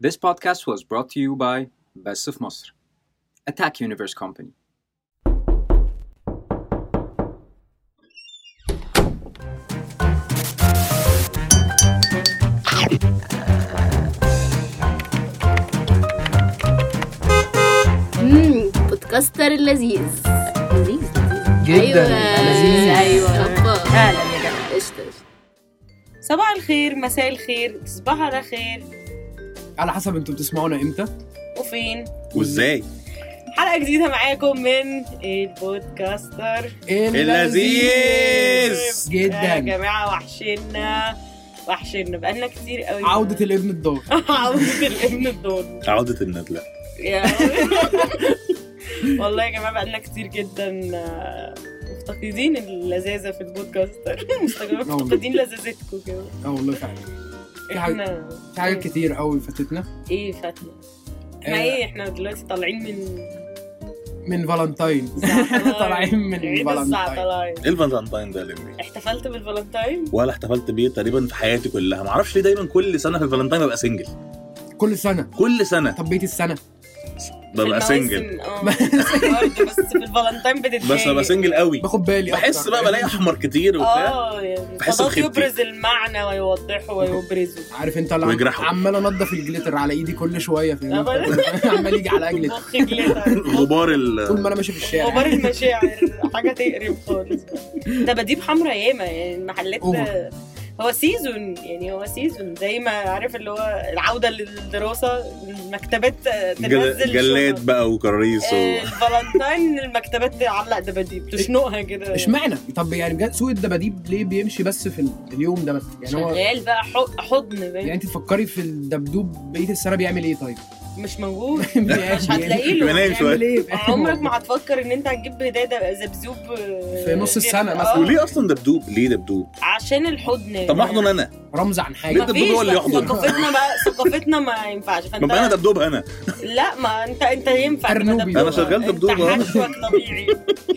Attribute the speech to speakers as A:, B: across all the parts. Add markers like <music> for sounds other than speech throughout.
A: This podcast was brought to you by Best of Masr, Attack Universe Company.
B: امم بودكاستر اللذيذ
C: لذيذ
B: ايوه
C: لذيذ.
B: ايوه
C: فعلا يا جماعه
B: قشطة قشطة.
C: صباح الخير مساء الخير تصبح على خير
D: على حسب انتوا بتسمعونا امتى
C: وفين
E: وازاي
C: حلقه جديده معاكم من البودكاستر
E: اللذيذ.
C: يا
D: جدا
C: جماعه وحشنا وحشنا بقالنا كتير قوي <laughs>
D: عودة الابن الدار
C: عودة الابن الدور
E: عودة الندلة
C: يا <laughs> والله يا جماعه بقالنا كتير جدا آه، مفتقدين اللذاذه في البودكاستر <laughs> مستغربين مفتقدين لذاذتكم كده
D: اه والله فعلا نعم. في حاجة-
C: احنا
D: في حاجات كتير قوي فاتتنا
C: ايه فاتنا احنا
D: آه.
C: ايه احنا دلوقتي طالعين من
D: من فالنتاين <laughs> طالعين من
C: عيد
D: فالنتاين
C: الزعتراين
E: ايه الفالنتاين ده يا لمبي؟
C: احتفلت بالفالنتاين
E: ولا احتفلت بيه تقريبا في حياتي كلها معرفش ليه دايما كل سنة في الفالنتاين ببقى سنجل
D: كل سنة
E: كل سنة
D: طب بيت السنة
E: ببقى
C: في المواسم،
E: سنجل
C: اه برضه بس في الفالنتاين بتتضايق
E: بس ببقى سنجل قوي
D: باخد بالي
E: بحس
D: أكتر. آه.
E: بقى بلاقي احمر كتير وبتاع
C: اه يعني
E: بحس
C: فضل
E: بخيبتي.
C: يبرز المعنى ويوضحه ويبرزه
D: عارف انت اللي عم-
E: ويجرحوا.
D: عمال انضف الجليتر على ايدي كل شويه في
C: طب أنا-
D: <laughs> عمال يجي على
C: <laughs>
D: اجلي
C: مخ جليتر
E: غبار ال
D: طول ما انا ماشي في الشارع
C: غبار المشاعر حاجه تقرب خالص دباديب حمرا ياما يعني المحلات
D: أوفر.
C: هو سيزون يعني هو سيزون زي ما عارف اللي هو العوده للدراسه المكتبات
E: جل-
C: تنزل
E: جلاد
C: شنط.
E: بقى وكراريس
C: آه،
E: و...
D: إيه.
C: الفالنتاين المكتبات تعلق دباديب تشنقها كده
D: اشمعنى طب يعني بجد سوق الدباديب ليه بيمشي بس في ال- اليوم ده بس يعني هو
C: شغال بقى حض- حضن
D: يعني
C: بقى.
D: انت تفكري في الدبدوب بقيه السنه بيعمل ايه
C: <laughs>
D: طيب؟ <laughs> إيه؟
C: مش موجود
D: مش
C: مش هتلاقي له يعني
E: بنام شوية.
D: إيه؟
C: عمرك ما هتفكر ان انت هتجيب هدايا زبزوب آه،
D: في نص السنة
C: آه،
D: مثلا.
E: وليه اصلا دبدوب؟ ليه دبدوب؟
C: عشان
D: إيه.
C: الحضن
E: طب ما احضن انا
D: رمز عن
E: ليه
D: حاجه
E: الدبدوب هو اللي
C: مفيش، لا،
E: يحضن؟
C: ثقافتنا بقى ثقافتنا ما ينفعش
E: ما بقى انا
C: فانت
E: دبدوب انا
C: لا ما انت انت ينفع تبقى
D: أرنوبي.
C: دبدوب.
E: أنا شغال
C: انت
E: دبدوب، آه.
C: حشوك طبيعي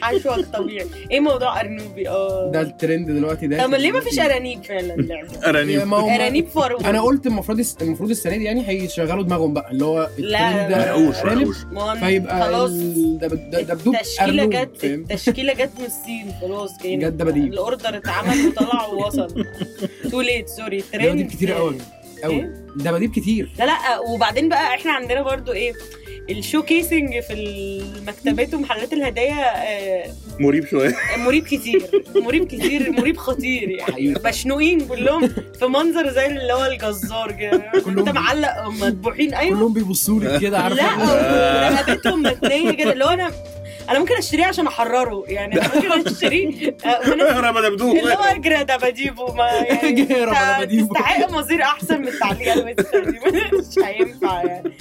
C: حشوك طبيعي ايه موضوع ارنوبي اه
D: ده الترند دلوقتي ده
C: طب ليه ما فيش ارانيب فعلا لعبه
D: يا
E: ارانيب
D: ما هو-
C: ارانيب فاروق
D: انا قلت المفروض المفروض السنه دي يعني هيشغلوا دماغهم بقى اللي هو الترند ده
E: مرقوش
D: قلب،
E: مرقوش
C: ما هو
D: فيبقى
C: خلاص
D: ال- دب- دب- دبدوب
C: التشكيله
D: أرنوب،
C: جت
D: فاهم؟
C: التشكيله جت من الصين خلاص
D: <laughs>
C: كان
D: جت دباديب.
C: الاوردر اتعمل وطلع ووصل تو ليت
D: <laughs>
C: سوري ترند
D: دباديب كتير قوي قوي
C: إيه؟
D: دباديب كتير
C: لا لا وبعدين بقى احنا عندنا برضو ايه الشو كيسنج في المكتبات ومحلات الهدايا آه،
E: مريب شويه
C: مريب كتير مريب كتير مريب خطير يعني
D: حقيقي.
C: مشنوقين كلهم في منظر زي اللي هو الجزار كده انت
D: كلهم-
C: معلق مطبوحين ايوه
D: كلهم بيبصوا
E: <laughs>
D: لي كده عارف
C: لا رقبتهم متنيه كده اللي هو انا انا ممكن اشتريه عشان احرره يعني أنا ممكن اشتريه آه،
E: <laughs>
C: وأنا-
E: اهرب يا دبدوب
C: اللي هو اجرى دباديبه ما يعني
D: أجرى
C: تع-
D: دباديبه.
C: تستحق مصير احسن من التعليقه اللي بتستخدمها. <laughs> مش هينفع يعني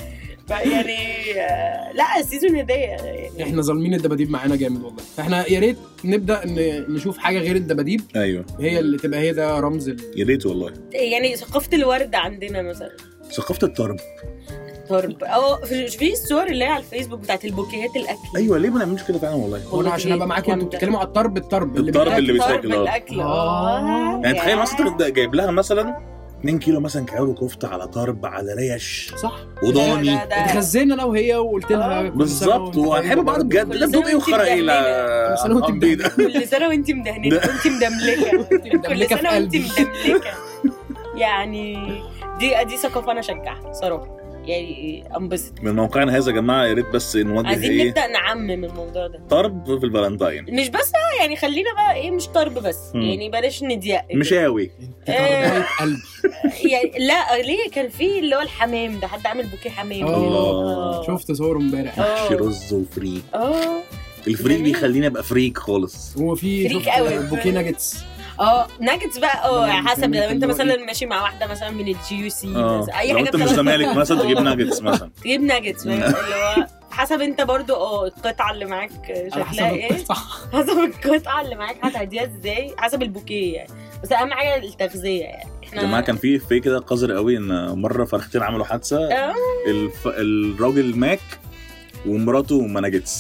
C: ف- يعني آه، لا السيزون هدايا يعني
D: احنا ظالمين الدباديب معانا جامد والله فاحنا يا ريت نبدا ن- نشوف حاجه غير الدباديب
E: ايوه
D: هي اللي تبقى هي ده رمز ال...
E: يا ريت والله
C: يعني ثقافه الورد عندنا مثلا
E: ثقافه الطرب
C: طرب اه في في الصور اللي هي على الفيسبوك بتاعت البوكيهات الاكل
E: ايوه ليه ما نعملش كده فعلا والله
D: هو انا عشان ابقى معاكم انتوا
C: جامدة.
D: بتتكلموا على الطرب الطرب
E: الطرب
D: بيتاكل.
E: اللي
C: طرب
E: بيتاكل، آه.
C: الاكل
D: آه.
C: اه
E: يعني تخيل مثلا تبقى جايب لها مثلا 2 كيلو مثلا كعير كفته على طرب على ريش
D: صح
E: وضاني
D: اتغذينا انا وهي وقلت لها
C: آه.
D: كل سنة وانت
E: بالظبط وهنحب
D: طيب.
E: بعض بجد
C: كل
E: لا بدون
C: سنة
E: ايه
C: وانت
E: وخرا ايه
D: كل سنة وانت
E: لا دي
D: <laughs>
E: ده
C: كل سنه وانت مدهنه وانت
E: <laughs>
C: مدملكه كل
D: مدملكة في
C: سنه وانت
D: قلبي.
C: مدملكه يعني دي دي ثقافه انا اشجعها صراحه يعني انبسط
E: من موقعنا هذا يا جماعه يا ريت بس نوجه
C: عايزين
E: ايه
C: نبدا نعمم الموضوع ده
E: طرب في الفالنتاين
C: مش بس بقى، يعني خلينا بقى ايه مش طرب بس
E: مم.
C: يعني بلاش نضيق كده.
E: مشاوي
D: انت
C: آه.
D: طربية
C: <laughs>
D: قلبي
C: يعني لا ليه كان في اللي هو الحمام ده حد عامل بوكيه حمام
D: الله
C: آه.
D: شفت صور امبارح
C: آه.
E: محشي رز وفريك
C: اه
E: الفريك
C: جميل.
E: بيخليني ابقى فريك خالص
D: وفي
C: فريك
D: شفت
C: قوي.
D: بوكيه ناجتس
C: اه ناجتس بقى اه
D: مم.
C: على حسب لو انت
D: اللي هو
C: مثلا
D: إيه؟
C: ماشي مع واحده مثلا من الجي يو سي
E: اه
C: اي
E: لو
C: حاجه
E: انت مش
C: بتاخد-
E: زمالك
C: <laughs>
E: مثلا تجيب
C: آه.
E: ناجتس مثلا
C: تجيب ناجتس فاهم؟ اللي هو حسب انت برضو اه القطعه اللي معاك
D: على
C: شكلها
D: حسب <laughs>
C: ايه
D: القطعة.
C: <laughs> حسب القطعه اللي معاك هتهديها ازاي حسب البوكيه يعني بس اهم حاجه التغذيه يعني
E: يا جماعه كان في في كده قذر قوي ان مره فرختين عملوا حادثه
C: آه.
E: <laughs> الف... الراجل ماك ومراته ما نجتش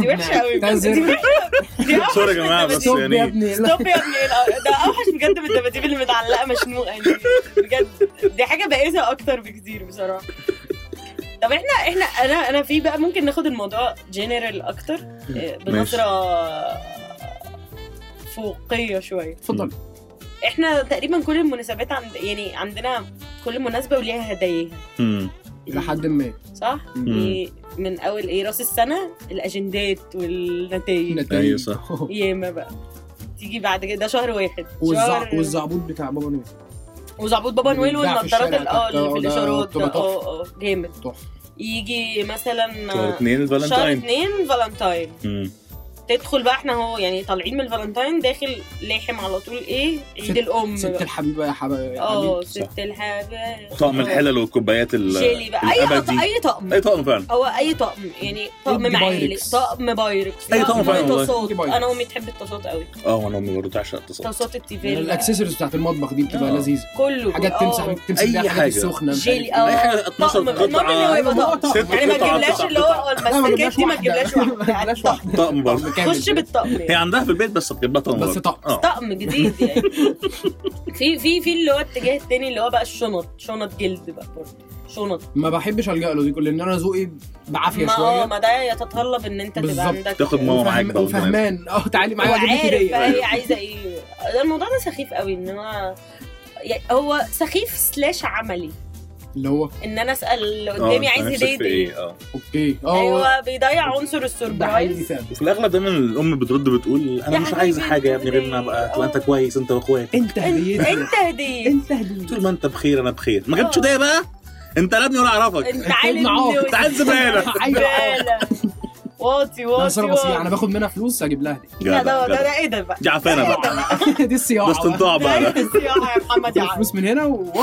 C: دي وحشه قوي بجد. دي
D: نعتذر.
C: وحشة. دي أوحش
E: <laughs> سوري يا
C: <laughs>
E: جماعة،
C: من الدباديب.
E: بس
D: ستوب
E: يعني-
D: يا ابني لا.
C: ستوب يا ابني يعني ده اوحش بجد من الدباديب اللي متعلقه مشنوقه دي بجد دي حاجه بائسه اكتر بكتير بصراحه طب احنا احنا انا انا في بقى ممكن ناخد الموضوع جنرال اكتر إيه، بنظره فوقيه شويه
D: اتفضل
C: احنا تقريبا كل المناسبات عند يعني عندنا كل مناسبه وليها هداياها
E: مم.
D: الى حد ما
E: أيوة،
C: صح؟ يعني من اول ايه راس السنه الاجندات والنتائج
D: نتائج.
E: أيوة صح.
C: ياما بقى تيجي بعد كده ده شهر واحد
D: والزع...
C: شهر-
D: والزعبوط بتاع بابا نويل
C: وزعبوط بابا نويل
D: بيتباع في
C: والنضارات
D: الشارع
C: ال- اه
D: تحت،
C: اللي
D: آه،
C: في
D: ده
C: الاشارات
D: بتبقى
C: اه
D: تحفة.
C: اه جامد
D: تحفه
C: يجي مثلا
E: شهر
C: آه،
E: اتنين
C: شهر
E: فالنتاين
C: اتنين فالنتاين
E: مم.
C: تدخل بقى احنا هو يعني طالعين من الفالنتاين داخل لاحم على طول ايه
D: ست-
C: عيد الام
D: ست
C: بقى
D: الحبيبه يا حبيبي يا
C: اه
D: حبيبي
E: صح.
C: ست الحاجه
E: طقم الحلل والكوبايات ال-
C: شيلي بقى اي طقم
E: الأبدي.
C: اي طقم
E: اي إيه، طقم فعلا
C: هو اي طقم يعني طقم
D: ادي
C: معالي
D: بايركس.
C: طقم بايركس
E: أي طقم فعلا والله.
C: طاسات
D: ادي بايركس.
C: انا امي تحب الطاسات قوي
E: اه وانا امي برضه تعشق اتصال
C: طاسات التيفال
D: الاكسسوارز بتاعت المطبخ دي بتبقى
E: آه.
D: لذيذه
C: كله
D: يعني حاجات
C: آه.
D: تمسح تمسح
E: أي
D: بيها
E: حاجة.
D: الحاجات السخنه مش
C: جيلي
D: عارف
C: اه
E: اي حاجه 12
C: طقم المهم ان هو
E: قطعه
C: يبقى طقم يعني ما تجيبلاش
E: ست قطع، تسع
C: اللي هو آه،
D: لا ما
C: المسكات
D: جبناش
C: دي ما
D: واحده ما <laughs> جبناش
C: تجيبلاش واحده
D: واحده
E: طقم برضه
D: كامل.
C: خش
E: <laughs>
C: بالطقم
E: هي
C: يعني.
E: عندها في البيت بس بتجيب لها طقم
D: بس
E: برضه.
D: طقم.
E: آه.
C: طقم جديد يعني <laughs> في في في اللي هو الاتجاه التاني اللي هو بقى الشنط شنط جلد بقى برضه شنط
D: ما بحبش الجا له دي كل لان انا ذوقي بعافيه
C: ما اه
D: شويه
C: ما ده يتطلب ان انت تبقى
D: بالظبط.
C: عندك
E: تاخد ماما معاك
D: وفهم-
E: بقى
D: وفهمان اه تعالي معايا اجيب لك
C: وعارف بقى
D: هديه
C: هي عايزه ايه ده الموضوع ده سخيف قوي ان انا يعني هو سخيف سلاش عملي
D: اللي هو
C: ان انا اسال اللي
E: آه،
C: قدامي
E: أنت
C: عايز
E: نفسك
C: هديه
E: في
C: ايه
E: ايه اه
D: اوكي اه
C: ايوه بيضيع عنصر
D: ده حقيقي
C: السربرايز
D: فعلا
E: وفي الاغلب دايما الام بترد بتقول انا
C: يا
E: مش
C: حبيبي
E: عايزه حاجه يا ابني غير ان أنا
C: أنت
E: ابقى تبقى
C: إيه؟
E: انت كويس انت واخواتك
D: انت
C: انت
D: هديتي
C: انت هديه
D: انت هديتي
E: طول ما انت بخير انا بخير ما جبتش
C: آه.
E: ده بقى انت لا ابني ولا اعرفك
C: انت عالم
D: معاق.
C: نوي. <laughs>
E: تعال
D: <laughs>
E: زباله
D: ايوه آه.
C: زبالة. واطي
D: انا
C: واطي
D: صراحه بسيطه انا
C: واطي.
D: باخد منها فلوس اجيب لها هديه
C: لا ده ده
E: جدع.
C: ده ايه ده بقى؟
E: دي
C: <laughs>
E: عفانه بقى
D: <laughs> دي الصياعه
E: ده استنطاع
C: ده <laughs>
E: بقى
C: ايه
E: ده.
C: ده الصياعة يا محمد يا
D: بقى.
E: <laughs>
C: عم؟
D: فلوس من هنا ووب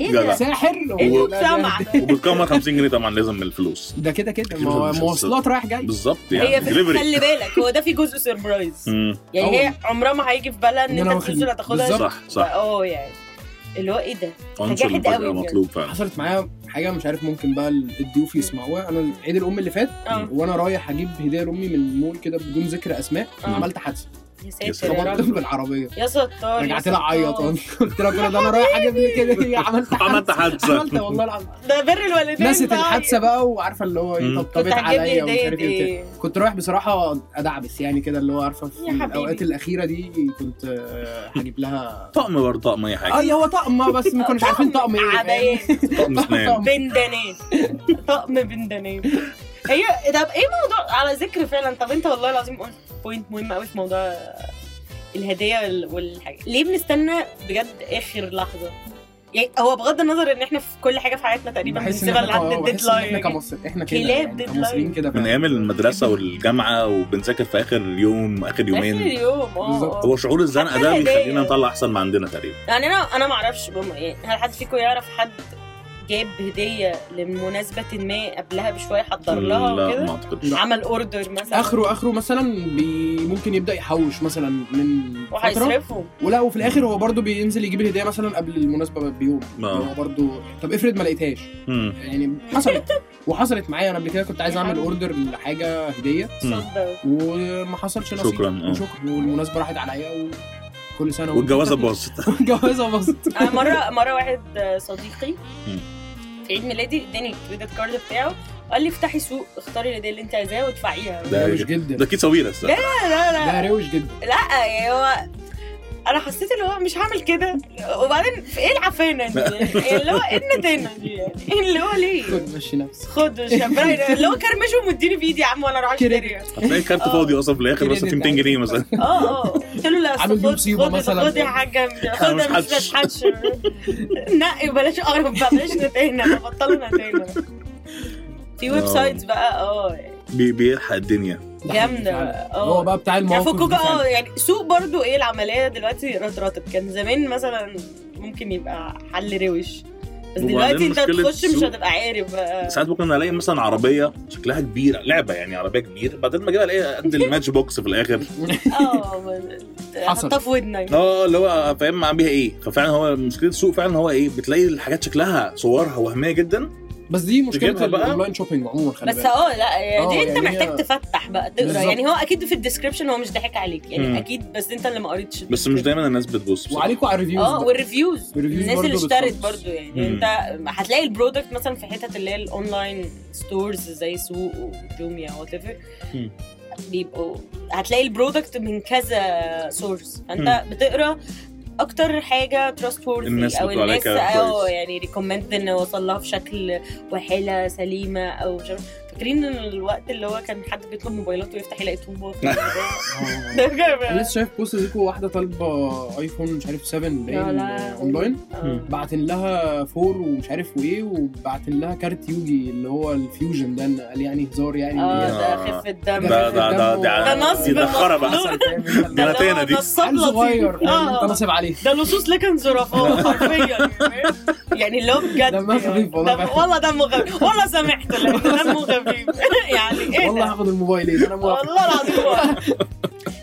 C: ايه ده؟
D: ساحر
C: ايه
D: و-
C: المجتمع ده؟
E: وبتكمل 50 جنيه طبعا لازم من الفلوس
D: ده كده كده ما
E: كده
D: هو
E: مش
D: مواصلات رايح جاي
E: بالظبط يعني
C: هي في-
E: دليفري
C: خلي بالك هو ده في جزء سيربرايز يعني هي عمرها ما هيجي في بالها ان
D: إن أنا
C: انت
D: واخد-
C: الفلوس اللي هتاخدها
D: بالظبط.
E: صح صح
C: اه يعني اللي هو ايه ده؟
E: عنصر
C: جاحد
E: المفاجأة
C: قوي بجد.
E: مطلوب فعلا
D: حصلت معايا حاجه مش عارف ممكن بقى الضيوف يسمعوها انا عيد الام اللي فات
C: اه
D: وانا رايح اجيب هديه لامي من مول كده بدون ذكر اسماء
C: آه. إيه
D: عملت حادثه
C: يا
E: يا
C: ساتر يا
D: خبطت <laughs>
C: رب
D: بالعربيه
C: يا ستار يا
D: رجعت لها
C: ستار.
D: عيط <laughs> قلت لها كل ده انا رايح اجيب لك <laughs> هديه عملت حادثه
E: عملت حادثة.
D: عملت والله <laughs> العظيم
C: ده بر الوالدين
D: نسيت
C: بقى.
D: الحادثه بقى وعارفه اللي هو
E: مم.
D: ايه
C: كنت
D: طبطبت
C: هتجيب لي
D: عليا ومش
C: هدية
D: عارف ايه وبتاع.
C: ايه؟
D: كنت رايح بصراحه ادعبس يعني كده اللي هو عارفه في
C: يا حبيبي.
D: الاوقات الاخيره دي كنت آه، هجيب <laughs> لها
E: طقم برضه طقم اي حاجه
D: اي هو طقم بس ما كناش عارفين طقم ايه فاهم؟
C: عبايات
E: طقم اسنان
C: بندانات طقم بندانات هي طب ايه موضوع على ذكر فعلا طب انت والله العظيم قلت بوينت مهم قوي في موضوع الهديه وال- والحاجه ليه بنستنى بجد اخر لحظه يعني هو بغض النظر ان احنا في كل حاجه في حياتنا تقريبا
D: بحس
C: بنسيبها
D: إحنا-
C: لحد
D: آه، بحس إن احنا
C: الديدلاين
D: كمصر احنا كده
C: كلاب
D: يعني
C: deadline.
D: كمصريين كده
E: من
D: فعلا.
E: ايام المدرسه والجامعه وبنذاكر في اخر يوم اخر
C: اخر
E: يومين
C: يوم اه
D: بالظبط.
C: آه.
E: هو شعور الزنقه ده
C: حتى الهدايا.
E: بيخلينا نطلع احسن ما عندنا تقريبا
C: يعني انا انا ما اعرفش بم- يعني هل حد فيكم يعرف حد جاب هديه لمناسبه ما قبلها بشويه حضر لها
E: لا ما
C: وكده
E: اعتقدش
D: لا.
C: عمل اوردر مثلا
D: اخره اخره مثلا بي ممكن يبدا يحوش مثلا من فتره
C: وهيصرفهم
D: ولا وفي الاخر هو برده بينزل يجيب الهديه مثلا قبل المناسبه بيوم يعني هو برده طب افرض ما لقيتهاش
E: مم.
D: يعني حصلت وحصلت معايا انا قبل كده كنت عايز اعمل اوردر لحاجه هديه
C: صدق
D: وما حصلش نصيب
E: شكراً، آه.
D: شكرا والمناسبه راحت عليا وكل سنه وأنت
E: والجوازه
D: طيب. <laughs>
E: باظت
D: والجوازه باظت
C: انا مره مره آه، واحد آه، صديقي
E: مم.
C: في عيد ميلادي اداني الكريدت كارد بتاعه قال لي افتحي سوق اختاري الهديه اللي انت عايزاها وادفعيها
E: ده
D: روش جدا
E: ده اكيد صويرة الصراحة.
C: لا
D: ده
C: لا
D: روش جدا
C: لا يعني هو انا حسيت اللي هو مش هعمل كده وبعدين في ايه العفانه دي يعني اللي هو ايه الندانه دي يعني اللي هو ليه
D: كنت ماشي نفسي
C: خد شبراير اللي هو كرمشه ومديني بايدي يا عم وانا اروح اشتريها
E: هتلاقي الكارت
C: آه.
E: فاضي اصلا في الاخر بس في 200 جنيه مثلا
C: اه اه قلت له لا أصل
D: عامل
C: خد-
D: مصيبة
C: خد-
D: مثلاً.
C: خد يا حاجه خد
E: مش
C: مش
E: حدش.
C: بتحدش نقي بلاش اقرب بقى بلاش نتهنى بطلنا نتهنى في ويب سايتس بقى اه
E: بي- بيلحق الدنيا
D: ده
C: جامدة
D: حقيقي فعلا.
C: آه.
D: هو بقى بتاع
C: يعني
D: المواقف دي
C: فكوك اه
D: فعلا.
C: يعني سوق برضو ايه العمليه دلوقتي رطرطت كان زمان مثلا ممكن يبقى حل روش بس
E: وبعدين
C: دلوقتي انت
E: مشكلة
C: تخش مش
E: السوق.
C: هتبقى عارف بقى
E: ساعات ممكن الاقي مثلا عربيه شكلها كبيره لعبه يعني عربيه كبيره بعدين ما اجيبها الاقيها قد الماتش بوكس في الاخر
C: اه
D: حصل.
C: حطها في ودنك
E: اه اللي هو فاهم عم بيها ايه ففعلا هو مشكله السوق فعلا هو ايه بتلاقي الحاجات شكلها صورها وهميه جدا
D: <laughs> بس دي مشكله
E: تجيبها بقى؟
D: الاونلاين شوبينج عموما خلي
C: بس
D: بالك
C: اه لا
D: آه،
C: دي انت
D: يعني
C: محتاج
D: هي-
C: تفتح بقى تقرا
D: بالظبط.
C: يعني هو اكيد في الديسكربشن هو مش ضاحك عليك يعني
E: مم.
C: اكيد بس انت اللي ما قريتش
E: بس مش دايما الناس بتبص بصراحة.
D: وعليكوا على الريفيوز
C: اه
D: بقى.
C: والريفيوز
D: والريفيوز
C: الناس اللي
D: برضه
C: اشترت
D: بتخلص.
C: برضو يعني
E: مم.
C: انت هتلاقي البرودكت مثلا في حتت اللي هي الاونلاين ستورز زي سوق وجوميا وات ايفر
E: مم.
C: بيبقوا هتلاقي البرودكت من كذا سورس فانت
E: مم.
C: بتقرا اكتر حاجه تراست
E: الناس
C: وورثي او
E: بتقول عليها
C: الناس
E: كلام
C: او
E: كويس.
C: يعني ريكومند ان وصل لها في شكل وحاله سليمه او مش عارف- فاكرين ان الوقت اللي هو كان حد بيطلب موبايلات ويفتح يلاقي طوبه
E: <laughs>
C: في البداية؟
D: آه.
C: ده كان-
D: أنا <laughs> لسه شايف بوست ليكوا واحده طالبه ايفون مش عارف 7 باين
C: لا،
D: آه،
C: لا.
D: اونلاين
C: آه.
D: بعتن لها فور ومش عارف وايه وبعتن لها كارت يوجي اللي هو الفيوجن ده إن قال يعني هزار يعني
C: اه
D: إن هي-
C: ده خفه دم
E: آه. ده ده ده
C: ده
E: ده
C: نصب
E: دي دخرة
D: <laughs>
E: بقى
C: مخلوق.
E: ده
C: ده اللي هو
E: لاتينا دي
C: نصاب
D: عيل
C: لطيف.
D: صغير يعني انت
C: اه
D: نصب عليه
C: <laughs> ده لصوص لكن زرافه حرفيا يعني اللي هو بجد
D: دمها خفيف والله
C: والله
D: فعلا.
C: والله دمه خفيف والله سامحت لان دمه
D: <laughs>
C: خفيف يعني ايه
D: والله
C: ده؟
D: هاخد الموبايل ايه انا موافق
C: والله العظيم والله.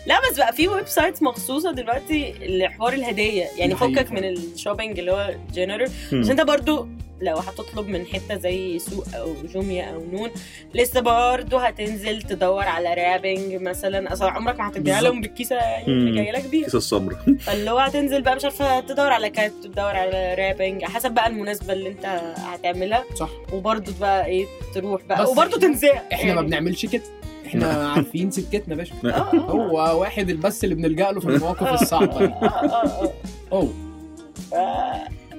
C: لا بس بقى في ويب سايتس مخصوصه دلوقتي لحوار الهديه يعني
D: دي حقيقة.
C: فكك من الشوبينج اللي هو جنرال بس
E: مم.
C: انت برضو لو هتطلب من حته زي سوق او جوميا او نون لسه برضو هتنزل تدور على رابنج مثلا اصل عمرك ما هتديها لهم بالكيسه يعني اللي
E: مم.
C: جايه لك بيها
E: كيس السمر
C: فاللي هو هتنزل بقى مش عارفه تدور على كات تدور على رابنج حسب بقى المناسبه اللي انت هتعملها
D: صح
C: وبرضو بقى ايه تروح
D: بس
C: بقى وبرضو تنزاع
D: احنا ما بنعملش كده احنا عارفين سكتنا يا باشا
C: اه، هو
D: هو واحد البس اللي بنلجأ له في
C: <laughs>
D: المواقف الصعبه
C: اه،
D: اوه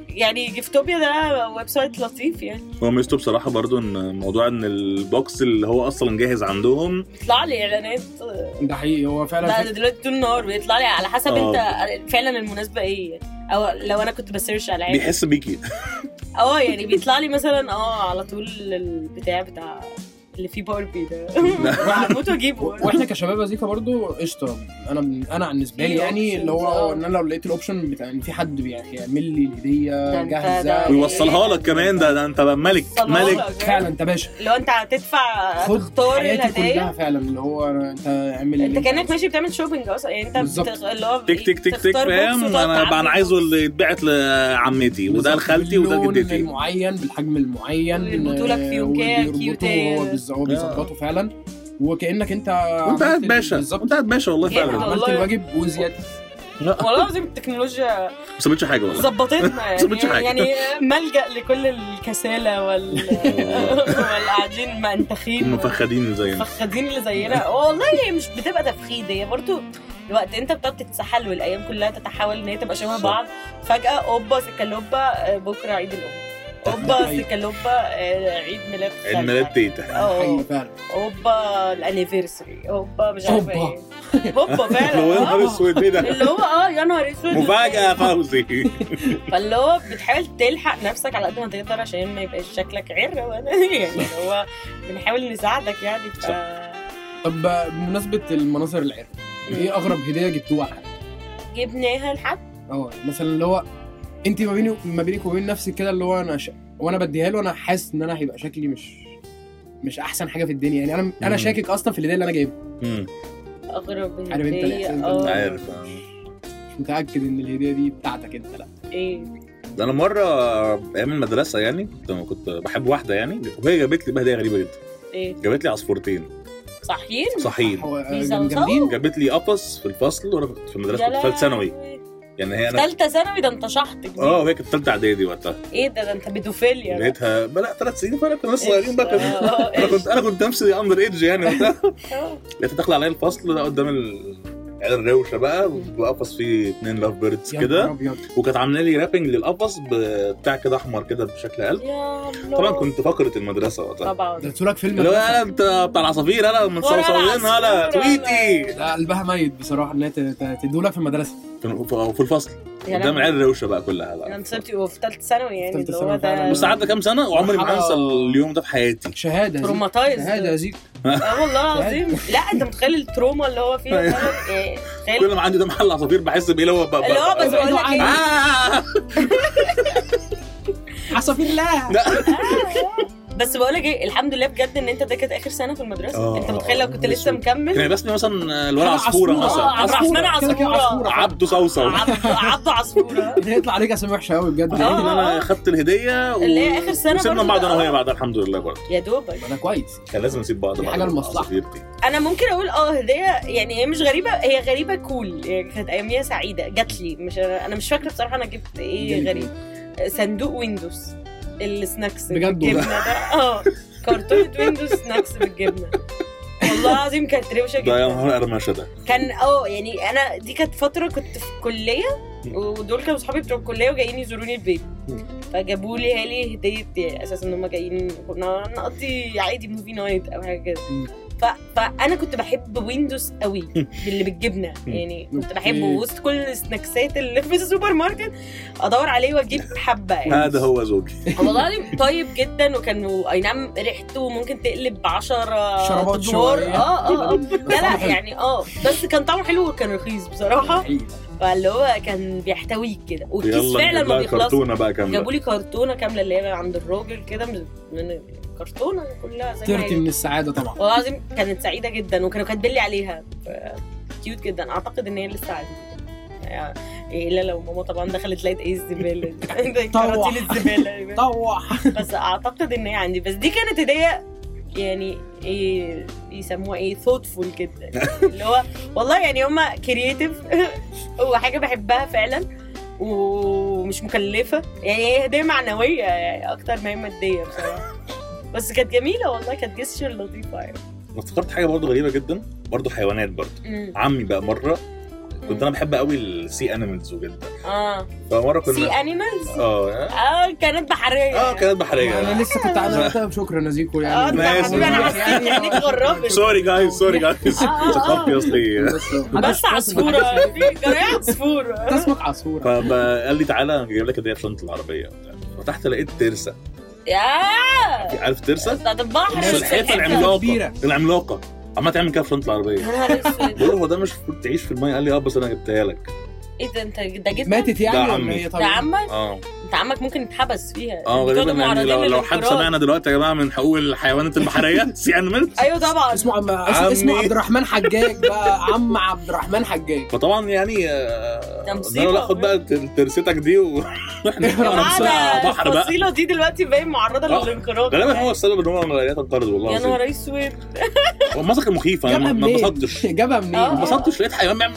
C: يعني جفتوبيا ده ويب سايت لطيف يعني
E: <laughs> هو ميزته بصراحة برضو ان موضوع ان البوكس اللي هو اصلا جاهز عندهم
C: بيطلع لي اعلانات
D: ده حقيقي هو
C: لا
D: فعلا
C: ده دلوقتي طول النهار بيطلع لي على حسب
E: آه.
C: انت فعلا المناسبه ايه او لو انا كنت بسيرش على حاجة.
E: بيحس بيكي
C: اه يعني بيطلع لي مثلا اه على طول البتاع بتاع اللي فيه باربي ده <laughs> هموت واجيبه
D: واحنا كشباب يا زيكا برضو قشطه انا انا بالنسبه لي يعني اللي
C: آه.
D: هو ان انا لو لقيت الاوبشن بتاع ان في حد بيعمل لي الهديه
C: ده انت- ده-
D: جاهزه
E: ويوصلها لك كمان ده ده انت بقى ملك
C: وصلها
E: ملك
C: لك.
D: فعلا انت باشا
C: لو انت هتدفع
D: خد
C: تختار
D: حياتي كلها
C: الهدايا
D: فعلا اللي هو أنا- انت اعمل
C: انت
D: اللي
C: كانك
D: عايزه.
C: ماشي بتعمل شوبينج اصلا يعني انت
D: بالظبط.
C: بتغ... اللي هو
E: تك تك تك تك
C: تختار بوكس
E: فاهم
C: وتقعد
E: انا بقى
C: تعبي.
E: انا عايزه اللي يتبعت لعمتي وده لخالتي وده
D: باللون
E: جدتي
D: المعين بالحجم المعين آه،
C: ويربطوا لك في يونكايه،
D: وبيربطوا
C: كيوتيه.
D: هو بالز- هو بيظبطه فعلا وكانك انت
E: آه. وانت قاعد
D: عملت
E: باشا
D: بالظبط.
E: وانت قاعد باشا والله
C: جامد
E: فعلا
C: والله.
D: عملت الواجب وزياده
E: لا،
C: والله العظيم التكنولوجيا
E: ما سابتش حاجه والله
C: ظبطتنا
E: ظبطتش حاجة.
C: يعني يعني ملجا لكل الكسالى وال والقاعدين منتخين
E: مفخدين زينا
C: مفخدين اللي زينا والله هي مش بتبقى تفخيد هي برضه الوقت انت بتقعد تتسحل والايام كلها تتحول ان هي تبقى شبه
E: صح.
C: بعض فجاه اوبا سكالوبا آه، بكره عيد الام اوبا سكالوبا آه، عيد ميلاد
E: طيب. عيد ميلاد تيتا
C: اه
D: حقيقي فعلا
C: اوبا الانيفرسري اوبا مش عارفه
D: أوبا.
C: ايه اوبا
E: <laughs>
C: فعلا
E: <laughs> لو يا نهار
C: آه.
E: اسود ايه ده
C: اللي هو اه يا نهار اسود
E: مفاجاه يا فوزي
C: فاللي هو بتحاول تلحق نفسك على قد ما تقدر عشان ما يبقاش شكلك عر <laughs> ولا يعني اللي هو بنحاول نساعدك يعني ف...
E: صح.
D: طب بمناسبه المناظر العرق ايه اغرب هديه جبتوها لحد؟
C: جبناها لحد
D: اه مثلا اللي هو انت ما بيني ما بينك وبين نفسك كده اللي هو انا ش... وانا بديها له انا حاسس ان انا هيبقى شكلي مش مش احسن حاجه في الدنيا يعني انا انا
E: مم.
D: شاكك اصلا في الهديه اللي انا جايبها
E: مم.
C: اغرب
D: عارف انت
C: هدية،
D: الاحساس
C: آه.
D: ده
E: عارف.
D: مش متاكد ان الهديه دي بتاعتك انت لا
C: ايه
E: <laughs> ده انا مره ايام المدرسه يعني كنت- كنت بحب واحده يعني وهي جابت لي بقى هديه غريبه جدا
C: ايه
E: جابت لي عصفورتين
C: صحيين
E: صحيين
D: هو- آه،
C: بيصوصوا؟
D: جامدين
E: جابت لي قفص في الفصل وانا كنت في المدرسه
C: يا
E: كنت في ثالث ثانوي
C: لهوي.
E: يعني هي انا
C: تالتة ثانوي ده انت شحط
E: اه وهي كانت ثالثه اعدادي وقتها
C: ايه ده ده انت بيدوفيليا بقى.
E: لقيتها بقى لا ثلاث سنين فانا كنا لسه صغيرين بقى كنا-
C: آه،
E: انا كنت انا كنت نفسي اندر ايدج يعني وقتها
C: آه.
E: لقيتها داخله عليا الفصل ده قدام ال- عيال الروشه بقى وقفص فيه اتنين لاف بيردز
D: يا نهار
E: كده
D: أبيض.
E: وكانت عامله لي رابنج للقفص بتاع كده احمر كده بشكل قلب
C: يا الله
E: طبعا كنت فقره المدرسه وقتها
C: طبعا
D: ده لك فيلم
E: اللي هو "يا انت بتاع العصافير انا من
C: ولا
E: صوصوين هلا
C: عصفور
E: تويتي
C: ولا-
D: ده قلبها ميت بصراحه ان هي تدولك في المدرسه
E: وفي الفصل
C: يا
E: قدام
C: لهوي.
E: عيال الروشه بقى كلها بقى
C: انا نسيت في ثالثه ثانوي يعني
D: تالتة
C: اللي هو
D: ثانوي فعلا.
C: ده
E: بس عدى كام سنه وعمري ما
D: مرحلة-
E: هنسى اليوم ده في حياتي
D: شهاده يا زيكو.
C: تروماتايز
D: شهاده يا زيكو
E: آه.
C: اه والله العظيم لا انت متخيل التروما اللي هو فيها فعلا؟ يعني تخيل
E: أيوه. كل ما عندي ده محل عصافير بحس بايه اللي هو بقى
C: اللي هو بس بقول لك ايه
E: آه!
D: عصافير لا
E: لا
C: آه، بس بقول لك ايه الحمد لله بجد ان انت ده كانت اخر سنه في المدرسه
E: آه،
C: انت متخيل لو
E: آه،
C: كنت لسه
E: أسود.
C: مكمل
E: كان <laughs> يبقى مثلا الورقه عصفوره
C: آه،
E: مثلا
C: عبد الرحمن
D: كده كده
C: عصفورة.
E: عبده صوصو
C: عبد عبد عصفوره
D: هيطلع عليك اسامي وحشه قوي بجد
C: آه.
D: يعني
E: ان انا خدت الهديه و...
C: اللي هي آخر سنة
E: وسيبنا
C: برضه.
E: بعض انا وهي بعض الحمد لله برضه
C: يا دوبك
D: ده كويس
E: كان لازم نسيب بعض
D: دي
E: بعد
D: حاجة لمصلحة.
E: عصفورتي.
C: انا ممكن اقول اه هديه يعني هي مش غريبه هي غريبه كول يعني كانت اياميها سعيده جات لي مش انا أنا مش فاكره بصراحه انا جبت ايه
D: جميل.
C: غريب صندوق ويندوز السناكس
D: بجد والله.
C: بالجبنه ده اه كرتونه ويندوز سناكس بالجبنه والله العظيم كانت روشه
E: ده يا
C: جدا
E: نهار قرمشه ده
C: كان اه يعني انا دي كانت فتره كنت في كليه ودول كانوا صحابي بتوع الكليه وجايين يزوروني البيت فجابوا لي هالي هديه يعني اساس ان هم جايين كنا نقضي عادي موفي نايت او حاجه كده
D: مم.
C: ف... فانا كنت بحب ويندوز قوي باللي بالجبنه يعني كنت
D: أوكي.
C: بحبه وسط كل السناكسات اللي في السوبر ماركت ادور عليه واجيب حبه يعني
E: هذا هو زوجي
C: <laughs> والله العظيم طيب جدا وكان اي نعم ريحته ممكن تقلب 10
D: شرابات
C: ادوار
D: شوية.
C: اه
D: <laughs>
C: اه اه لا
D: طعمه
C: لا
D: حلو.
C: يعني اه بس كان طعمه حلو وكان رخيص بصراحه فاللي هو كان بيحتويك كده والكيس
E: يلا
C: فعلا
E: نجيب
C: ما
E: لها
C: بيخلصش
E: كرتونه بقى كامله
C: جابوا لي كرتونه كامله اللي هي عند الراجل كده من- من كرتونه كلها زي ما هي.
D: ترتي من السعاده طبعا
C: والله العظيم كانت سعيده جدا وكانوا كاتبين لي عليها ف- كيوت جدا اعتقد ان هي لسه عاديه يعني الا لو ماما طبعا دخلت لقيت ايه الزباله دي <laughs> ده كراتين الزباله
D: طوح
C: بس اعتقد ان هي عندي بس دي كانت هديه يعني ايه يسموها ايه ثوتفول
E: <laughs>
C: جدا اللي هو والله يعني هما كرييتيف وحاجه بحبها فعلا ومش مكلفه يعني هي هديه معنويه يعني اكتر ما هي ماديه بصراحه بس كانت جميله والله كانت جسشر لطيفه يعني
E: أنا افتكرت حاجه برضه غريبه جدا برضه حيوانات برضه
C: مم.
E: عمي بقى مره كنت انا بحب قوي السي انيمالز وجدا
C: اه
E: فمره
C: سي
E: كنا
C: انيمالز
E: اه
C: اه كانت بحريه
E: اه كانت بحريه
D: انا لسه كنت عامل كده شكرا نزيكو
C: اه
D: يعني
C: انت
E: ماشي.
C: حبيبي انا حسيت
E: <laughs>
C: انك غربت
E: سوري جايز سوري
C: <laughs>
E: جايز
C: آه.
E: ثقافتي اصلي
C: <laughs> بس عصفوره في جريه عصفوره
D: تسمك عصفوره
E: فقال لي تعالى اجيب لك هديه في شنطه العربيه فتحت لقيت ترسه
C: يا
E: عارف ترسه
C: بتاعت البحر
E: السلحفه
C: السلحفة.
E: العملاقه
D: كبيرة.
E: العملاقه عماله تعمل كده في شنطه
C: يا
E: العربيه
C: نهار اسود
E: بقول له هو ده مش المفروض تعيش في الميه قال لي اه بس انا جبتها لك
C: ايه ده انت ده جدا
D: ماتت
E: طيب. ده
D: يعني ولا
E: عمي.
D: هي
C: ده
D: طبعا
C: عمك
E: اه
C: انت عمك ممكن يتحبس فيها
E: اه
C: انتوا
E: غالبا يعني
C: معرضين
E: لو, لو حد
C: للانقراض.
E: سمعنا دلوقتي يا جماعه من حقوق الحيوانات البحريه
C: <laughs>
E: <laughs> سي انيمالز
C: ايوه طبعا
D: اسمه عم اسمه
E: عمي.
D: عبد الرحمن حجاج بقى عم عبد الرحمن
E: <laughs>
D: حجاج
E: فطبعا يعني آه،
C: تمثيل
E: انا اخد بقى تر- ترستك دي
C: <laughs>
E: واحنا
D: يا
C: آه،
E: نقرا نفسها
C: قاعدة
E: آه، بحر بقى
C: الفصيلة دي دلوقتي باين معرضة
E: آه.
C: للانقراض
E: غالبا هو السبب ان هو الملايات انقرض والله
C: يا
E: العظيم
C: نهار اسود
E: المسرح مخيف انا
D: جابها
E: ما- ما
D: منين؟
C: <laughs>
E: انبسطتش
D: جابها
C: آه.
E: ما
D: منين؟ يعني
E: انبسطتش لقيت حيوان بيعمل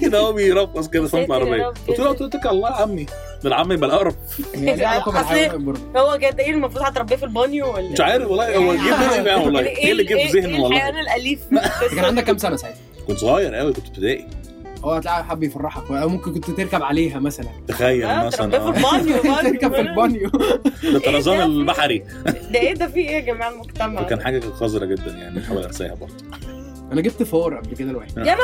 E: <laughs> كده هو بيرقص كده صوت
C: ساتر يا
E: العربيه
C: رب.
E: قلت له قلت له اتكل على الله يا عمي ده العم يبقى الاقرب
D: هي يعني ليها علاقه
C: أصل-
D: بالحيوان البري.
C: هو جد ايه المفروض هتربيه في البانيو ولا إيه
E: مش عارف والله هو جه في ذهني بقى والله ايه اللي جه في ذهني والله
C: الحيوان
E: <laughs>
C: الاليف
D: أنت كان عندك كام سنه ساعتها؟
E: كنت صغير قوي كنت ابتدائي
D: هو هتلاقي حب يفرحك او ممكن كنت تركب عليها مثلا
E: تخيل
C: اه
E: مثلا
C: تربيه في البانيو
E: آه. <laughs>
D: <laughs> تركب في
C: بانيو.
D: البانيو
E: ده طرزان
C: إيه ده؟
E: البحري
C: ده ايه ده في ايه يا جماعه المجتمع
E: وكان حاجه كانت قذره جدا يعني بحاول انساها برضه
D: انا جبت فار قبل كده لوحدي
C: <laughs>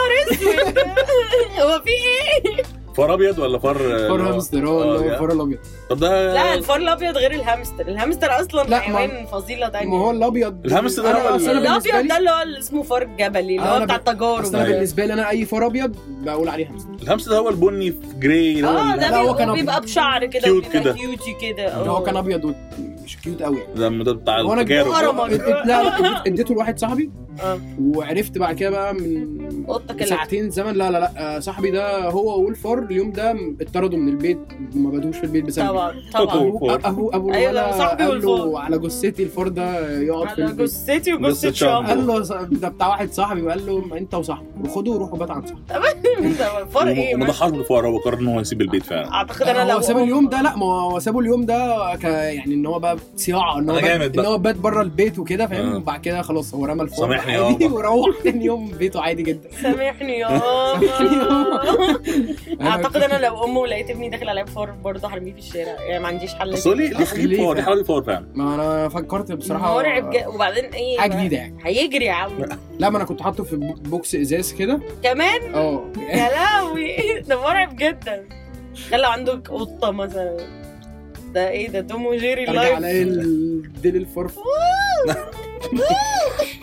C: هو في ايه
E: فار ابيض ولا فار
D: فار هامستر اه اللي هو الفار الابيض
E: طب ده
C: لا الفار الابيض غير الهامستر الهامستر اصلا
D: لا، ما-
C: حيوان فضيله تانية
D: ما هو الابيض
E: الهامستر ده
D: أنا-
E: هو
D: أصل أنا بالنسبة
C: الابيض
D: لي-
C: ده اللي هو اللي اسمه فار جبلي اللي
D: آه،
C: هو
D: أنا
C: بتاع
D: ب-
C: التجارب
D: اصل انا
E: أيوة.
D: بالنسبه لي انا اي فار ابيض بقول عليه هامستر
E: الهامستر ده هو البني في جراي ده
C: اه
E: ولا-
D: لا، هو
C: ده بيبقى,
D: كان
C: بيبقى بشعر كده
E: كيوت
C: بيبقى
E: كده.
C: كيوتي كده
D: ده هو كان ابيض وت- مش كيوت قوي يعني
E: ده ده بتاع
D: هو انا
E: التجارب
C: جبارة.
E: ده.
D: اديت- لا لا اديت- اديته لواحد صاحبي
C: آه.
D: وعرفت بعد كده بقى من
C: قطة كلب.
D: ساعتين زمن لا لا لا آه، صاحبي ده هو والفار اليوم ده اتطردوا من البيت ما بدوش في البيت بسبب
C: طبعا طبعا
E: أوكو.
D: ابو ابو ابو
C: أيوة،
D: الولد
C: لما صاحبي
D: قال له
C: والفار.
D: على جثتي الفار ده يقعد في
C: على
D: البيت
C: جثتي
E: جثة
C: وجثة شامبو <laughs>
D: قال له ص- ده بتاع واحد صاحبي وقال له ما انت وصاحبك وخدوا وروحوا بات عند صاحبك
C: ده فار ايه
E: ما
C: ما-
E: ضحاش بالفقراء وقرر ان هو يسيب البيت فعلا
C: اعتقد انا لو
D: هو ساب اليوم ده لا ما هو سابه اليوم ده ك يعني ان هو بقى صياعه ان هو
E: أنا
D: بات-
E: جامد بقى.
D: ان هو بات بره البيت وكده
E: آه.
D: فاهم وبعد كده خلاص هو رمى الفار
E: سامحني آه، يا
D: عادي
E: بابا.
D: وروح تاني يوم بيته عادي جدا
C: سامحني
D: <laughs>
C: يا
D: سامحني
C: ماما.
D: يا
C: اعتقد انا لو امه ولقيت ابني داخل عليا بفار برضه هرميه في الشارع يعني ما عنديش حل
E: بس هو ليه ليه
D: أصل ليه
E: حبيب فار ليه
D: فعلا؟
E: حبيب فار فعلا
D: ما انا فكرت بصراحه
C: مرعب جدا وبعدين ايه
D: حاجه
C: بقى؟
D: جديده يعني
C: هيجري يا عم
D: لا ما انا كنت حاطه في بو- بوكس ازاز كده
C: كمان
D: <laughs> اه
C: يا لهوي إيه ده مرعب جدا تخيل لو عندك قطه مثلا ده ايه ده توم وجيري
D: ارجع
C: لايف
D: الاقي الديل الفرف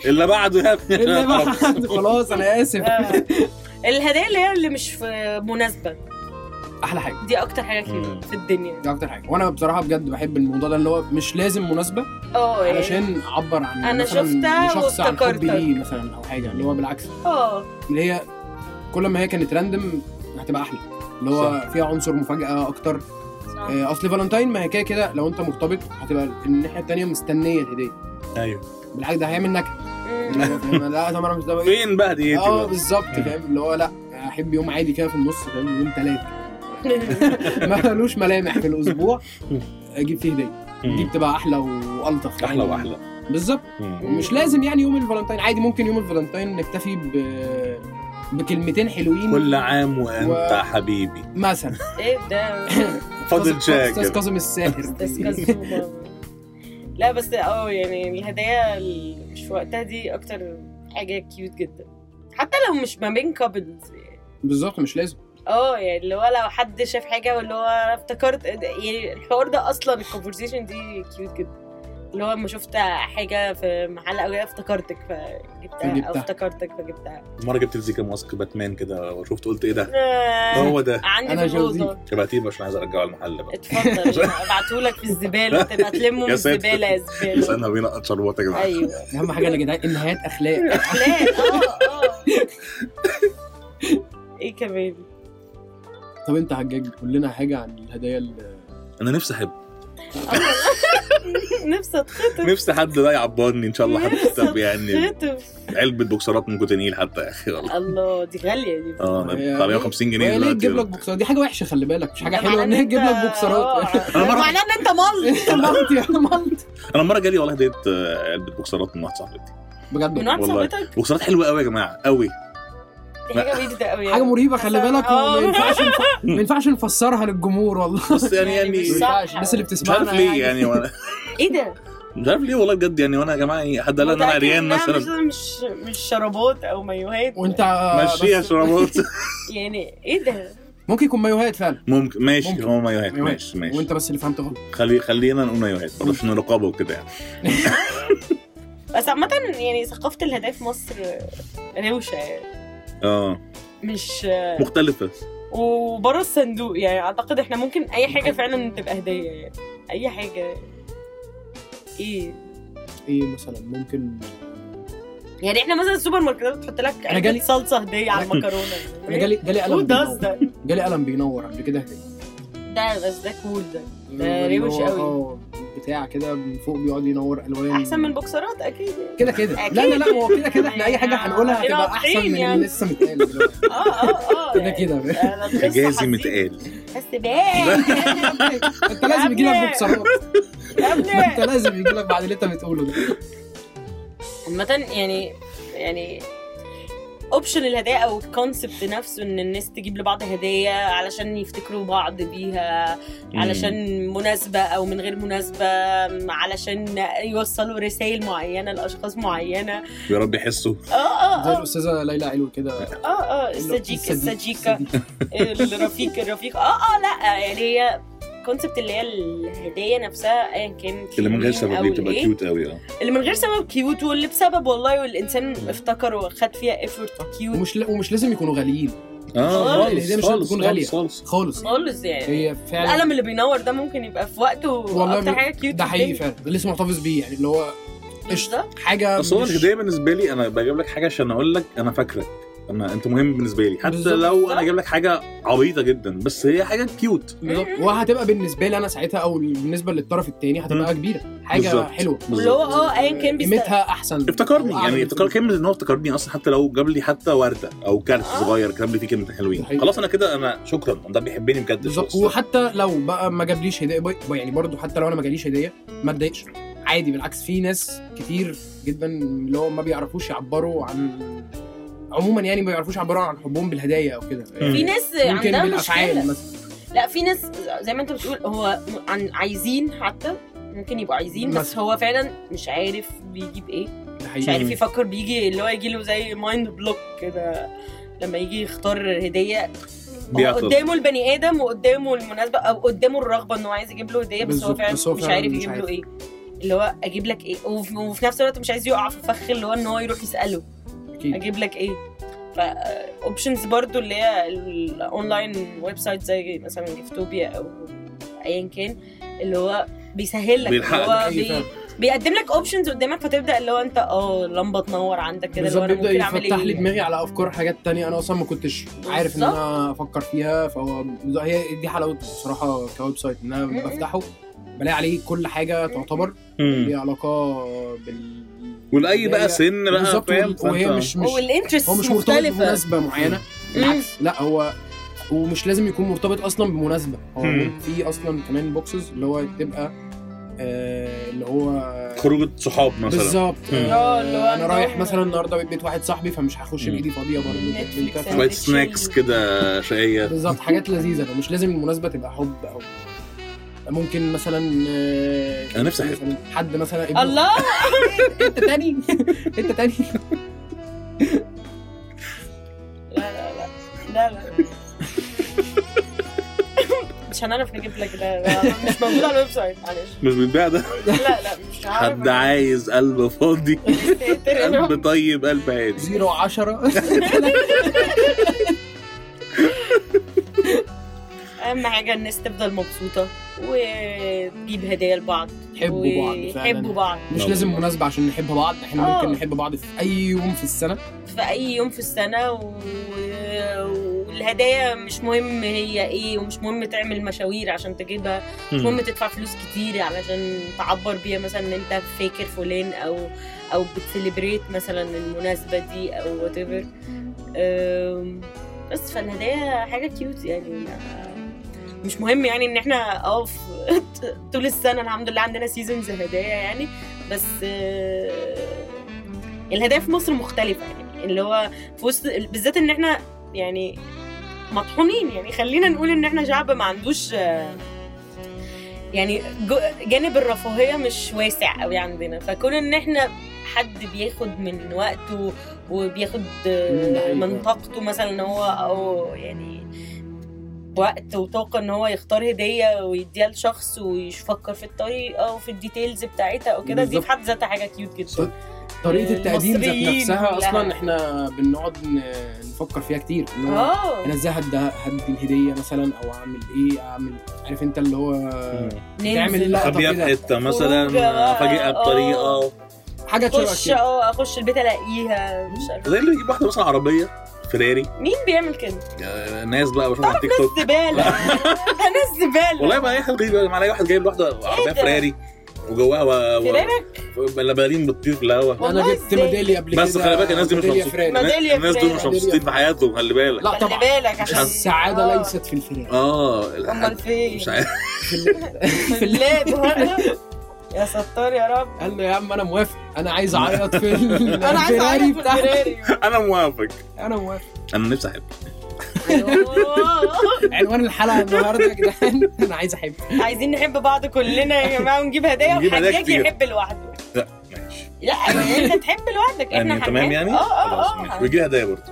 E: اللي بعده يعني. يا ابني
D: <laughs> اللي
E: <laughs>
D: بعد خلاص انا اسف
C: آه. الهدايا اللي هي اللي مش في مناسبه
D: احلى حاجه
C: دي اكتر حاجه كده
E: مم.
C: في الدنيا
D: دي اكتر حاجه وانا بصراحه بجد بحب الموضوع ده اللي هو مش لازم مناسبه
C: اه يعني-
D: علشان اعبر عن
C: أنا
D: مثلاً
C: شفتها
D: لشخص عن حبي
C: وافتكرتك.
D: ليه مثلا او حاجه اللي هو بالعكس
C: اه
D: اللي هي كل ما هي كانت راندم هتبقى احلى اللي هو فيها عنصر مفاجاه اكتر
C: صح.
D: آه، اصل فالنتاين ما هي كده كده لو انت مرتبط هتبقى الناحيه التانيه مستنيه الهديه
E: ايوه
D: بالعكس ده هيعمل
E: <laughs>
D: نكد
C: مم.
D: اللي هو فاهم، لا طب انا مش ده
E: فين بقى ديتي
D: اه
E: إيه بقى؟ آه.
D: بالظبط فاهم اللي هو لا احب يوم عادي كده في النص فاهم يوم ثلاثه ملوش ملامح في الاسبوع
E: <laughs>
D: اجيب فيه هديه دي
E: مم.
D: بتبقى احلى والطف
E: احلى واحلى
D: بالظبط
E: مم.
D: ومش لازم يعني يوم الفالنتين عادي ممكن يوم الفالنتين نكتفي ب بكلمتين حلوين
E: كل عام وانت
D: و-
E: حبيبي
D: مثلا
C: ايه ده
E: <laughs> فاضل
D: أستاذ- استاذ
E: شاكر
D: كاظم الساهر
C: استاذ كزومة. لا بس اه يعني الهدايا اللي مش في وقتها دي اكتر حاجه كيوت جدا حتى لو مش ما بين كابلز
D: بالظبط مش لازم
C: اه يعني اللي هو لو حد شاف حاجه واللي هو أنا افتكرت يعني الحوار ده اصلا الكونفرزيشن دي كيوت جدا اللي هو لما شفت حاجه في محل او كده افتكرتك فجبتها او
D: فجبتها.
C: افتكرتك فجبتها
E: مره جبت الزيكا ماسك باتمان كده وشفت قلت ايه ده
C: آه،
E: هو ده
C: عندي
D: أنا
C: في الاوضه
E: شبعتيه مش عايز ارجعه
C: <laughs>
E: المحل بقى
C: اتفضل ابعتهولك في الزباله تبقى تلمه من
E: يا ساتر.
C: الزباله يا
E: بس
C: زباله
E: انا بينقط شربات يا جماعه
C: ايوه
D: اهم حاجه يا جدعان النهايات اخلاق
C: <laughs> لا اه اه ايه كمان
D: طب انت حجاج قول لنا حاجه عن الهدايا اللي
E: انا نفسي احب
C: نفسي
E: <laughs>
C: اتخطف
E: نفسي حد بقى يعبرني ان شاء الله حد طب يعني
C: اتخطف
E: علبه بوكسرات من كوتينيل حتى يا اخي والله
C: الله دي غاليه دي
E: اه انا
D: يعني-
E: بتاع 150 جنيه
D: وهي ليه تجيب لك
E: دلوقتي
D: بوكسرات دي حاجه وحشه خلي بالك مش حاجه
C: ده
D: حلوه ان
C: معناه
D: هي تجيب لك
C: أنت-
D: بوكسرات <laughs>
C: آه.
E: أنا مرة-
C: معناه ان انت ملط
D: انت مالتي يا مالتي
E: انا مره جالي والله هديت آه، علبه بوكسرات من واحده صاحبتي
C: من
D: بجد
C: واحد
E: والله.
C: صاحبتك
E: بوكسرات حلوه قوي يا جماعه
C: <laughs>
E: قوي
C: دي حاجه بعيده قوي يعني.
D: حاجه مريبه خلي بالك
C: آه.
D: وما
C: <laughs>
D: ينفعش نف- ما ينفعش نفسرها للجمهور والله
E: بس يعني يعني
D: ما
C: مش صح.
D: ينفعش الناس اللي
E: مش عارف
D: بتسمعنا
E: ليه يعني وانا
C: ايه ده؟
E: <laughs> مش عارف ليه والله بجد يعني وانا يا جماعه يعني حد قال لي ان انا
C: متأكد
E: عريان
C: إنها
E: مثلا
C: يعني مش مش شرابات او مايوهات
D: وانت
E: <laughs> ماشي يا
D: بس-
C: <laughs>
E: شربات
C: يعني ايه ده؟
D: ممكن يكون مايوهات فعلا
E: ممكن ماشي
D: ممكن.
E: هو مايوهات
D: مايوهات.
E: ماشي ماشي
D: وانت بس اللي فهمت غلط
E: خلي خلينا نقول مايوهات برضه عشان الرقابه وكده يعني
C: بس عامة يعني ثقافة الهدايا في مصر روشة يعني
E: اه
C: مش
E: مختلفه
C: وبره الصندوق يعني اعتقد احنا ممكن اي حاجه فعلا تبقى هديه يعني اي حاجه ايه
D: ايه مثلا ممكن
C: إيه؟ يعني احنا مثلا السوبر ماركتات بتحط لك علبة
D: جالي-
C: صلصه هديه على المكرونه
D: انا جالي جالي قلم
C: قلم
D: بينور.
C: ده
D: جالي قلم بينور قبل كده هدية.
C: ده بس ده كول ده
D: اللي
C: روش
D: هو-
C: قوي.
D: اه، بتاع كده من فوق بيقعد ينور الوان
C: احسن من بوكسرات اكيد يعني.
D: كده كده
C: أكيد.
D: لا لا لا هو كده كده احنا اي حاجه
C: يعني
D: هنقولها هتبقى
C: بنقعد
D: احسن من
C: يعني.
D: اللي لسه متقال دلوقتي.
C: اه اه اه
D: <laughs> كده كده
C: يعني. أنا قصة
E: اجازي
C: حزينة.
E: متقال
C: بس باين
D: <laughs> انت لازم يجي لك بوكسرات
C: يا ابني
D: انت لازم يجي لك بعد اللي انت بتقوله ده
C: عامة يعني يعني اوبشن الهدايا او الكونسبت نفسه ان الناس تجيب لبعض هدايا علشان يفتكروا بعض بيها علشان مناسبة او من غير مناسبة علشان يوصلوا رسائل معينة لاشخاص معينة
E: يا رب يحسوا
C: اه
D: زي
C: اه اه
D: الاستاذه ليلى علو كده
C: اه اه السجيك السجيكة الرفيق الرفيق اه اه لا يعني هي كونسبت اللي هي الهدية نفسها ايا كان
E: اللي من غير
C: مين
E: سبب
C: أو
E: دي بتبقى
C: لإيه.
E: كيوت قوي اه
C: اللي من غير سبب كيوت واللي بسبب والله والانسان افتكر وخد فيها افورت كيوت
D: ومش ومش لازم يكونوا غاليين
E: اه
D: الهدية يعني مش لازم
E: خالص خالص
D: تكون غالية.
E: خالص خالص
D: خالص
C: خالص يعني
D: هي فعلا
C: القلم اللي بينور ده ممكن يبقى في وقته
D: والله
C: اكتر
D: ب-
C: حاجه كيوت
D: ده حقيقي فعلا ده لسه محتفظ بيه يعني اللي هو قشطه
C: بالظبط.
D: حاجه
E: بس هو
D: آه، مش-
E: الهديه بالنسبه لي انا بجيب لك حاجه عشان اقول لك انا فاكرك انا انت مهم بالنسبه لي حتى
D: بالظبط.
E: لو انا جايب لك حاجه عبيطه جدا بس هي حاجه كيوت
D: بالظبط. وهتبقى بالنسبه لي انا ساعتها او بالنسبه للطرف التاني هتبقى كبيره حاجه
E: بالظبط.
D: حلوه
C: واللي هو اه ايا كان بيست-
D: قيمتها احسن
E: افتكرني يعني
D: أعلى.
E: افتكر كلمه ان هو افتكرني اصلا حتى لو جاب لي حتى ورده او كارت
C: آه.
E: صغير كتب لي فيه كلمتين حلوين
D: ده حقيقي.
E: خلاص انا كده انا شكرا ده بيحبني بجد
D: بالظبط
E: الشخص ده.
D: وحتى لو بقى ما جابليش هديه بي- يعني برضو حتى لو انا ما جاليش هديه ما اتضايقش عادي بالعكس في ناس كتير جدا اللي هو ما بيعرفوش يعبروا عن عموما يعني ما بيعرفوش يعبروا عن حبهم بالهدايا او كده
C: في
E: مم.
C: ناس
D: ممكن
C: عندها
D: بالافعال
C: مشكله
D: مثلا
C: لا في ناس زي ما انت بتقول هو م- عن عايزين حتى ممكن يبقوا عايزين بس
D: مثلا.
C: هو فعلا مش عارف بيجيب ايه
D: ده
C: مش
D: حقيقي
C: عارف يفكر بيجي اللي هو يجي له زي مايند بلوك كده لما يجي يختار هديه هو
E: بيعطل.
C: قدامه البني ادم وقدامه المناسبه او قدامه الرغبه انه عايز يجيب له هديه بس هو
D: بالظبط،
C: فعلا
D: بس هو
C: مش
D: فعلاً
C: عارف
D: مش
C: يجيب له
D: عارف.
C: ايه اللي هو اجيب لك ايه وفي, وفي نفس الوقت مش عايز يقع في فخ اللي هو ان هو يروح يساله
D: اكيد
C: اجيب لك ايه فاوبشنز برضو اللي هي الاونلاين ويب سايت زي مثلا جفتوبيا او ايا كان اللي هو بيسهل لك اللي
E: بيلحقك.
C: هو
D: أيوة
C: بي...
D: فعلاً.
C: بيقدم لك اوبشنز قدامك فتبدا اللي هو انت اه اللمبه تنور عندك كده اللي هو
D: بالظبط بيبدا
C: انا ممكن اعمل
D: يفتح لي
C: ايه
D: دماغي على افكار حاجات تانية انا اصلا ما كنتش عارف ان انا افكر فيها فهو هي دي حلاوته بصراحه كويب سايت ان انا
C: مم.
D: بفتحه بلاقي عليه كل حاجه تعتبر ليها علاقه بال
E: ولاي بقى سن بقى
D: بالظبط
E: فاهم
D: وال- وهي
E: فأنت-
D: مش مش
C: والانترست
D: هو مش مرتبط
C: مختلفه
D: بمناسبه معينه بالعكس لا هو ومش لازم يكون مرتبط اصلا بمناسبه هو
E: مم.
D: في اصلا كمان بوكسز اللي هو تبقى آه اللي هو
E: خروجه صحاب مثلا
D: بالظبط
E: مم.
D: آه،
C: آه، اللي هو
D: انا
C: أنت-
D: رايح مثلا النهارده بيت, بيت واحد صاحبي فمش هخش
E: مم.
D: بايدي فاضيه برضه
C: نتفليكس يعني.
D: أنت-
E: شويه
C: بتشيل.
E: سناكس كده شقيه
D: بالظبط حاجات لذيذه فمش لازم المناسبه تبقى حب او ممكن مثلا آه،
E: أنا نفسي أحب.
D: مثلاً حد مثلا ابنه- <laughs>
C: الله
D: انت تاني <laughs> انت تاني
C: لا لا لا لا <laughs> لا مش هنعرف نجيب لك ده ده مش موجود على الويب سايت معلش
E: مش بيتباع ده
D: أيوة.
C: لا لا مش هعرف <laughs>
E: حد عايز قلب فاضي قلب طيب قلب هادي
D: زيرو عشرة
C: اهم حاجه الناس تفضل مبسوطه وتجيب هدايا لبعض
D: يحبوا بعض
C: يحبوا
D: فعلا
C: بعض
D: مش لازم مناسبه عشان نحب بعض احنا
C: آه.
D: ممكن نحب بعض في اي يوم في السنه
C: في اي يوم في السنه و... والهدايا مش مهم هي ايه ومش مهم تعمل مشاوير عشان تجيبها مش مهم تدفع فلوس كتير علشان تعبر بيها مثلا ان انت فاكر فلان او او بتسليبريت مثلا المناسبه دي او وات ايفر بس فالهدايا حاجه كيوت يعني مش مهم يعني ان احنا اه في- <laughs> طول السنه الحمد لله عندنا سيزونز هدايا يعني بس آه، الهدايا في مصر مختلفه يعني اللي هو في وسط بالذات ان احنا يعني مطحونين يعني خلينا نقول ان احنا شعب ما عندوش آه، يعني جو- جانب الرفاهيه مش واسع قوي عندنا فكون ان احنا حد بياخد من وقته وبياخد آه،
D: مم، ده حقيقي.
C: من طاقته مثلا ان هو او يعني وقت وطاقه ان هو يختار هديه ويديها لشخص ويفكر في الطريقه وفي الديتيلز بتاعتها وكده دي
D: بالظبط.
C: في حد ذاتها حاجه كيوت جدا
D: طريقه التقديم ذات
C: المصريين
D: نفسها
C: كلها.
D: اصلا احنا بنقعد ن- نفكر فيها كتير إن هو
C: اه
D: انا ازاي هدي هدي الهديه مثلا او اعمل ايه اعمل عارف انت اللي هو تعمل
C: ننزل
D: لا
E: خبيها
D: طب
E: في
D: كده.
E: حته مثلا
C: خروجة بقى.
E: افاجئها بطريقه
D: حاجه شبه
C: اخش
D: كده
C: اه اخش البيت الاقيها مش عارفه
E: زي اللي يجيب واحده مثلا عربيه فيراري
C: مين بيعمل كده؟
E: آه، ناس بقى بشوفها على التيك توك
C: زباله
E: <laughs>
C: انا الزباله
E: والله ما اي حد جايب معايا واحد جايب واحده عربيه
C: إيه ده؟
E: فيراري وجواها و- و-
C: فيراري؟
E: بلبالين بتطير في الهواء
D: انا
C: والله
D: جبت
C: إزاي؟
D: ميداليه قبل
E: بس
D: كده،
E: خلي بالك الناس دي مش
D: ميدالية
E: مبسوطة.
D: فراري.
C: ميدالية
E: الناس دول مش
D: فراري.
E: مبسوطين في حياتهم خلي بالك
D: لا
C: خلي
D: طبعا
C: بالك عشان
D: السعاده
C: آه.
D: ليست في الفراق
E: اه
C: امال
E: الحاج
C: في ايه؟
E: مش عارف
C: في اللاب يا ستار يا رب
D: قال له يا عم انا موافق انا عايز اعيط في
C: <laughs> انا عايز اعرف
D: بتاعتي
C: الفيراري
E: انا موافق
D: انا موافق
E: انا نفسي احب
C: أيوه.
D: عنوان الحلقه النهارده يا جدعان انا عايز احب
C: عايزين نحب بعض كلنا يا جماعه ونجيب هدايا
E: نجيب هدايا
C: وحجاج
E: كتير.
C: يحب لوحده
E: لا ماشي
C: لا انت تحب لوحدك احنا
E: يعني تمام
C: هنحب.
E: يعني
C: اه
E: خلاص،
C: اه
E: ماشي.
C: اه
E: ويجي لي هدايا برضه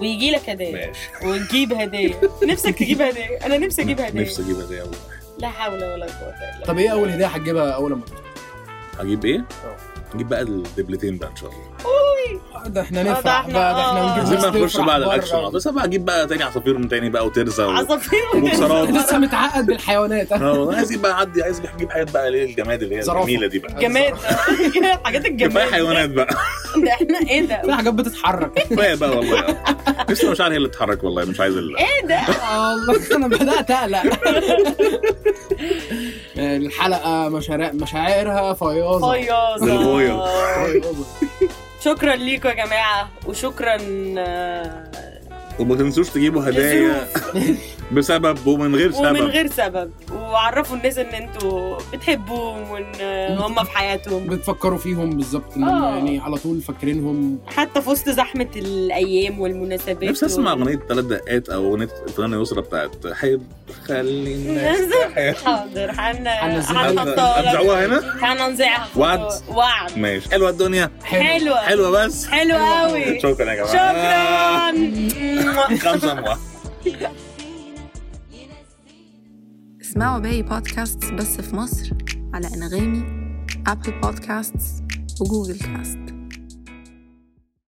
C: ويجي لك هدايا
E: ماشي
C: وتجيب
E: <laughs>
C: هدايا نفسك تجيب هدايا انا نفسي اجيب هدايا
E: نفسي اجيب هدايا والله.
C: لا حول ولا قوه الا بالله
D: طب ايه اول هديه هتجيبها اول ما
E: هجيب ايه؟
D: اه.
E: هجيب بقى الدبلتين بقى ان شاء الله
D: آه، ده احنا
C: ده
D: نفرح
C: احنا-
D: بقى ده
C: آه.
D: احنا
E: عايزين
D: نجيب
E: بقى
D: ناس
E: نخش
D: تفرح
E: بقى على
D: بره.
E: الاكشن اه، بس بقى اجيب بقى تاني عصافير من تاني بقى وترزه و...
C: عصافير
D: <laughs>
E: <laughs> وبوكسرات.
D: لسه متعقد بالحيوانات
E: اه والله عايز يبقى عندي عايز اجيب حاجات بقى ليه الجماد اللي هي
D: زرافة.
E: الجميله دي بقى
C: جماد <laughs> حاجات
E: كفايه
C: الجماد
E: حيوانات بقى
C: ده احنا ايه ده
D: في حاجات
C: <laughs>
D: بتتحرك
E: كفايه بقى والله اه. لسه مش عارف هي اللي تتحرك والله مش عايز ال...
C: ايه ده
D: الله انا بدات <laughs> اقلق الحلقه مشاريع مشاعرها فياضه
E: بالغوية.
C: فياضة
D: فياضة.
C: شكرا ليكم يا جماعه وشكرا آه،
E: وما تنسوش تجيبوا هدايا
C: للظروف
E: بسبب ومن غير سبب
C: ومن غير سبب وعرفوا الناس ان انتوا بتحبوهم وان آه، هم في حياتهم
D: بتفكروا فيهم بالظبط إن
C: آه.
D: يعني على طول فاكرينهم
C: حتى في وسط زحمه الايام والمناسبات
E: نفسي اسمع
C: وال-
E: اغنيه ثلاث دقات او اغنيه الفنانه يسرا بتاعت حب خلينا
C: <laughs> حاضر هن
D: هننزلها.
C: هنحطها
E: ابدعوها هنا
C: هننزعها
E: وعد.
C: وعد
E: ماشي حلوه الدنيا
D: حلو
C: حلوه
E: حلوه بس
C: حلوه قوي
E: شكرا يا جماعه
C: شكرا
E: خمسه موافق
F: اسمعوا باقي بودكاستس بس في مصر على انغامي ابل بودكاستس وجوجل كاست